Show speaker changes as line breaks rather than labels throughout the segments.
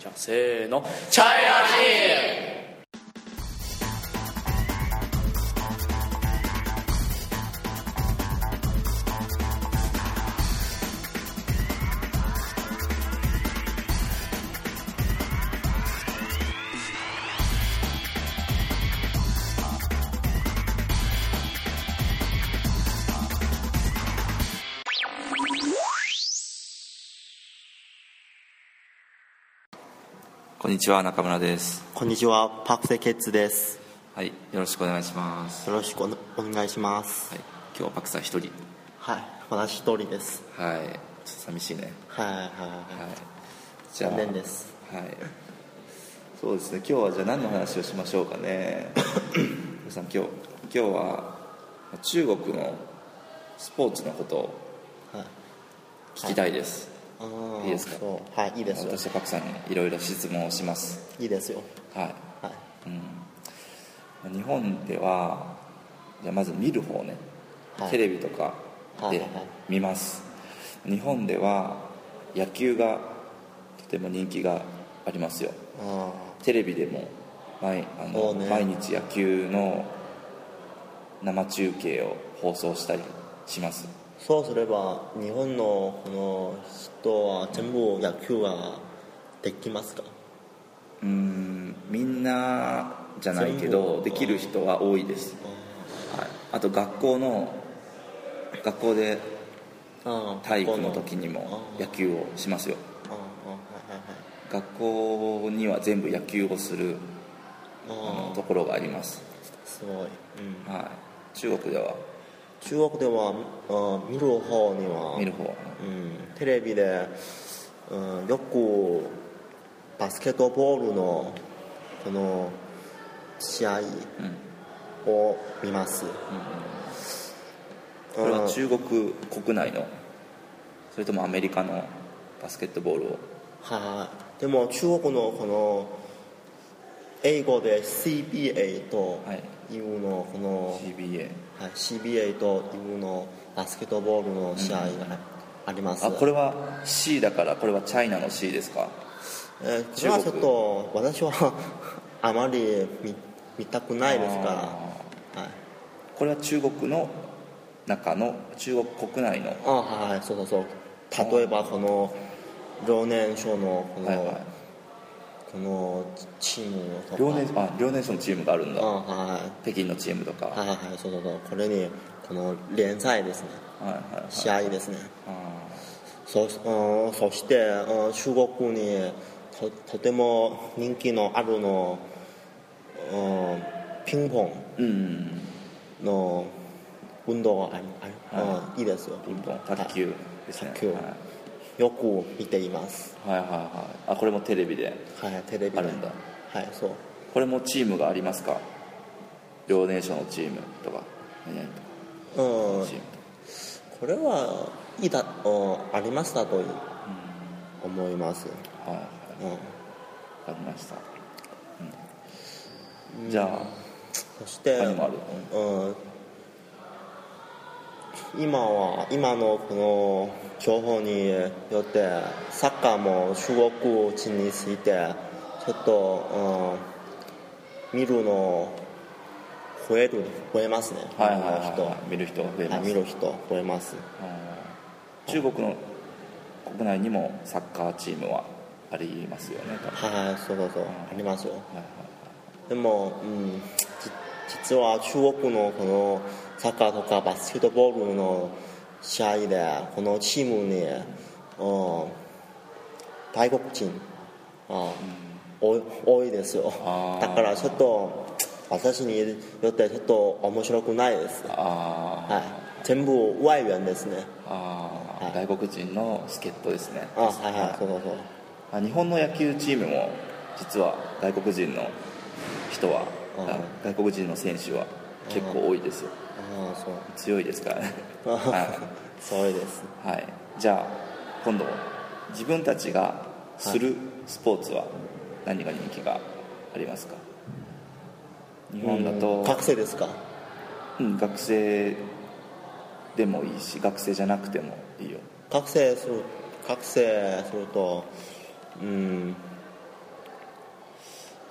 じゃあせーのチャイラ
こんにちは中村です。
こんにちは、パクセケッツです。
はい、よろしくお願いします。
よろしくおお願いします。
はい、今日はパクさん一人。
はい、私一人です。
はい、ちょっと寂しいね。
はいはい
はい
は。
じゃあ
残念です。
はい。そうですね。今日はじゃあ何の話をしましょうかね。皆さん今日今日は中国のスポーツのことを
い。はい。
聞きたいです。
あー
いいですか
そうはい、いいですよ。
私はパクさんにいろいろ質問をします。
いいですよ。
はい。
はい。
うん、日本ではじゃあまず見る方ね、
はい
テレビとか
はい
で
はい
見ます、日本では野球がとても人気がありますよ
あ
テレビでも毎あ
そ
の、
うね
毎日野球の生中継を放送したりします
ーそうすれば、日本のこの人は全部野球はできますか
うんみんなじゃないけどできる人は多いです、はい、あと学校の学校で
あー
体育の時にも野球をしますよ
あーあー
学校には全部野球をする
はい
あ
はいはい。
の
あ
ところがあります、
ーすごい。うん。
はい、中国では
中国では、あー見る方には、
見る方
うん、テレビで、うん、よくバスケットボールのこの試合
うん、うん
を見ます、
これ
う
は
ん
中国国内のそれともアメリカのバスケットボールを
はいでも中国のこの英語で CBA と
はい
いうのこの、
CBA
はい、CBA というのバスケットボールの試合があります、
あこれは C だからこれはチャイナの C ですか
えーこれはちょっと私は あまり見見たくないですから、はい、
これは中国の中の中国国内の
あはいはいそうそうそう例えばこの遼寧省のこの、
はいはい
このチームとか
遼寧あ遼寧省のチームがあるん
あ
だ
は
北京のチームとか
いはいはいはいそうそうそうこれにこの連載ですね
はいはいはい
試合ですね
あ
そ,、うん、そして、うん、中国にととても人気のあるの、うん、ピンポン
ーうん
の運動がありあり、うん、いいですよ
ピンポン卓球ですね
卓球
はい
よく見ています
はいはいはいあこれもテレビで
はいテレビで
あるんだ
はいそう
これもチームがありますか両ネーションのチームとか何々とか
うん
チーム
これはいいだ、うん、ありましたと思います、
とかはいはい
うん、
わかりました、うんじゃあ
そして
他にもある
うん、今は今のこの情報によってサッカーも中国地についてちょっと、うん、見るの増える増えますね、
はいはいはいはい見る人が増え
見る人、は
ま
い、
す
見る人増えます
はい中国の国内にもサッカーチームはありますよね多分
はいそうそうそうありますよ
はいはい
でも、うん、じ実は中国のこのサッカーとかバスケットボールの試合でこのチームに、うん、外国人、うん多い多いですよ
あー
だからちょっと私によってちょっと面白くないです、は
あー
い、全部外援ですね
あー、
は
外国人の助っ人ですね
あはいはいそうそうそう
あ日本の野球チームも実は外国人の人は、
うん
あ外国人の選手は結構多いですよ、
ああそう
強いですからね は
そうです
い、はい、じゃあ今度自分たちがするスポーツは何が人気がありますか日本だと、
学生ですか
うん学生でもいいし学生じゃなくてもいいよ
覚醒する覚醒するとうん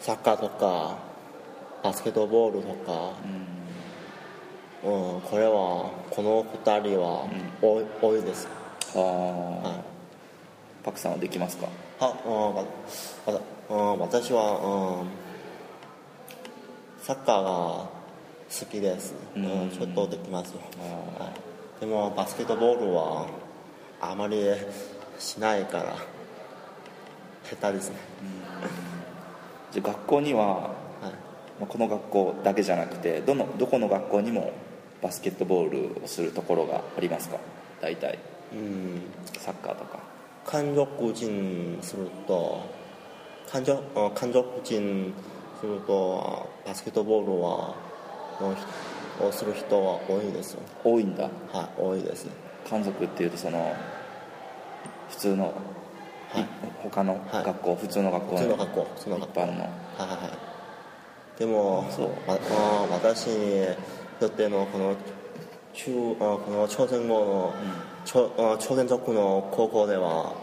サッカーとかバスケットボールとか、うんこれはこの2人は多い,、多いです
あー
はい
パクさんはできますか
あうんわわうん私は、うん、サッカーが好きです、うんちょっとできますよ、はい、でもバスケットボールはあまりしないから下手ですね、
じゃあ学校には、
はい、
まあ、この学校だけじゃなくてどのどこの学校にもバスケットボールをするところがありますか大体
うん
サッカーとか
韓国人すると韓国あ韓国人するとあバスケットボールはの人をする人は多いですよ
多いんだ
はい多いです
韓族っていうとその普通の、い
はい
他の
はい
学校、普通の学校
普通の学校普通の
一
学校
般の
はいはいはいでも
そう
わあ私にとってのこの中あこの朝鮮語の、ちょあ朝鮮族の高校では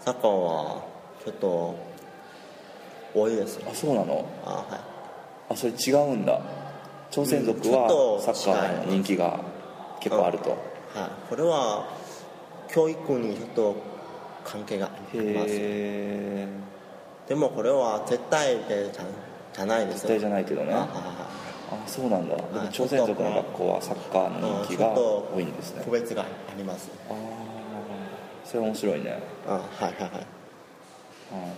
サッカーはちょっと多いですよ
あそうなの
あはい
あそれ違うんだ朝鮮族
うんちょ
は
っ
サ
と
ッカーの人気が結構あると
はい、これは教育にちょっと関係があります
へえ
でもこれは絶対でじゃじゃないです
絶対じゃないけどね
あは
あそうなんだでも朝鮮族の学校はサッカー
いはい
の
うん
人気
ちょ
が
っと
多いんですね
個別があります
ああそれ面白いねはい
あはいはいはい
はいはい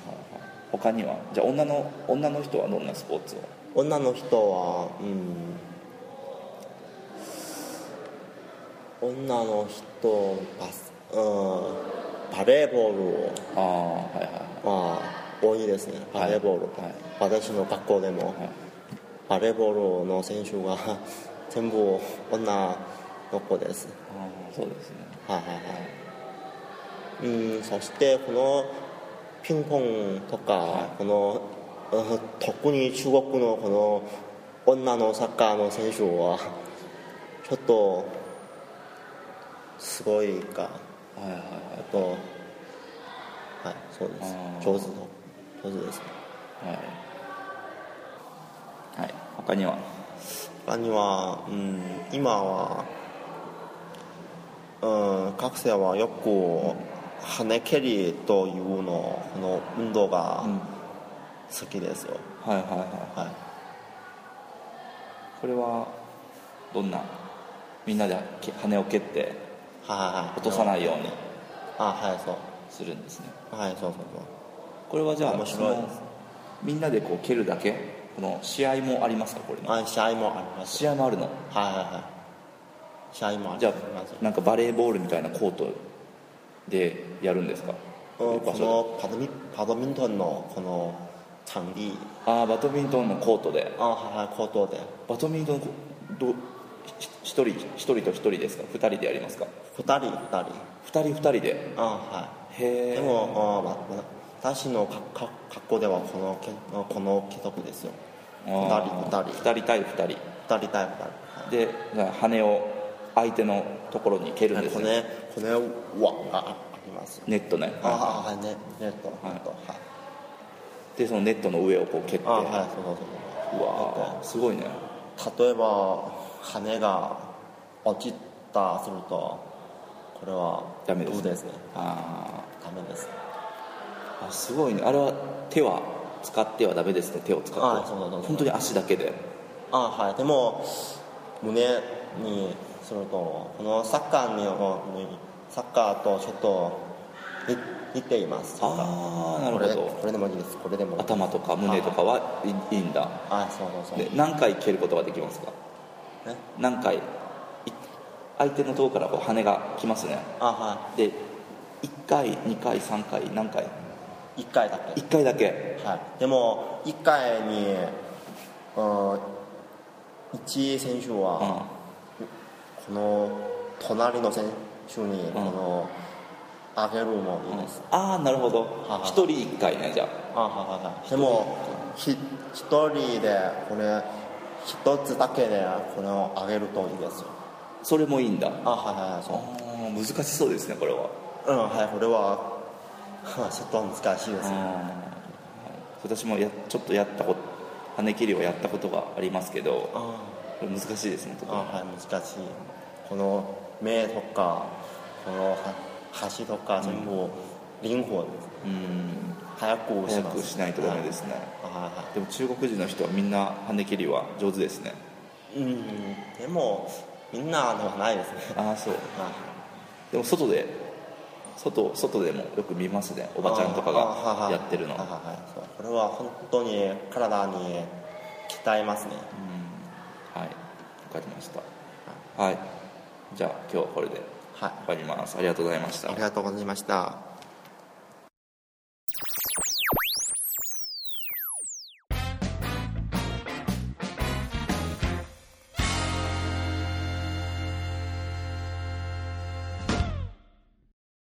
他にはじゃあ女の女の人はどんなスポーツを
女の人はうん女の人バス、うん、バレーボールを
ああはいはい
まあ多いですねバレーボール、
はいはい
私の学校でも、
はい
バレーボールの選手が全部女の子です。
ああそうですね
はいはいはい。うん、そしてこのピンポンとか、この、うん特に中国のこの女のサッカーの選手は、ちょっと、すごいか、
はいはいはい
あと、はい、そうで
あー
す。上手の、上手です。
はい、はい、他には
他には、うん、今は、うん、学生はよく羽蹴りというのこの運動が
うん
好きですよ、
はいはいは
はい、
いこれはどんなみんなでけ羽を蹴って
はいはいはい
落とさないように
あはいそう
するんですね
はいそうそう
これはじゃあ
面白いです
そのみんなでこう蹴るだけこの試合もありますかこれ
そう
の
あ試合もあります
試合もあるの
はいはいはい試合もあ
じ
り
ゃ
ます
あなんかバレーボールみたいなコートでやるんですか
うん
場
こ
所
のバドミバドミントンのこの場地
ああバドミントンのコートで
あはいはいコートで
バドミントンのコどひ一人一人と一人ですか二人でやりますか
二人二人
二人二人で
あはい
へ
で
え
も、あまま私のかか格好ではこのけこの規則ですよ。二人二人
二人対二人
二人対
でじゃあ羽を相手のところに蹴るん
二
で
人。
す
こ
ね
れこれはああありますよ。
ネットね
ああはいねネット
い
ネットはい。
でそのネットの上をこう蹴って
あはいそうそう
うわーすごいね
そうそう。例えば羽が落ちたするとこれは
ダメです
どうですね。
あ
ダメです。
ーあすごいねあれは手は使ってはダメですね手を使っては
あそうそうそう
本当に足だけで
あはいでも胸にするとこのサッカーににサッカーとちょっと似似ていますサッカー
ああなるほ
これこ
ど
れでもいいですこれでもいいです
頭とか胸とかはいいいんだ
あそうそうそう
で何回蹴ることができますか
ね
何回い相手のとこからこう羽が来ますね
あは
で1回2回3回何回
い一回だけ
1回だけ
はいでも一回にうん一選手
うん
はこの隣の選手にこのあげるもいいです
ああなるほど
はい
1人1回ねじゃ
あはいはいはいでもひ一人でこれ一つだけでこれをあげるといいですよ
あそれもいいんだ
あはいはいはい
あー難しそうですねこれは
そううんはいこれはちょっと難しいです
うん
ね
はい私もやちょっとやったこと跳ね切りをやったことがありますけど
あ
これ難しいですねと
あはい難しいこの目とかこのは箸とか全部靈活です、
うん
早くし
早
ます
くしないとダメですね、
はいはいはい
でも中国人の人はみんな跳ね切りは上手ですね
うんでもみんなではないですね
ああそう
はい
でも外で外外でもよく見ますねおばちゃんとかがやってるの
ああはいはいそうこれは本当に体に鍛えますね
うんはい分かりましたはいじゃあ今日はこれで
はい
終わりますありがとうございました
ありがとうございました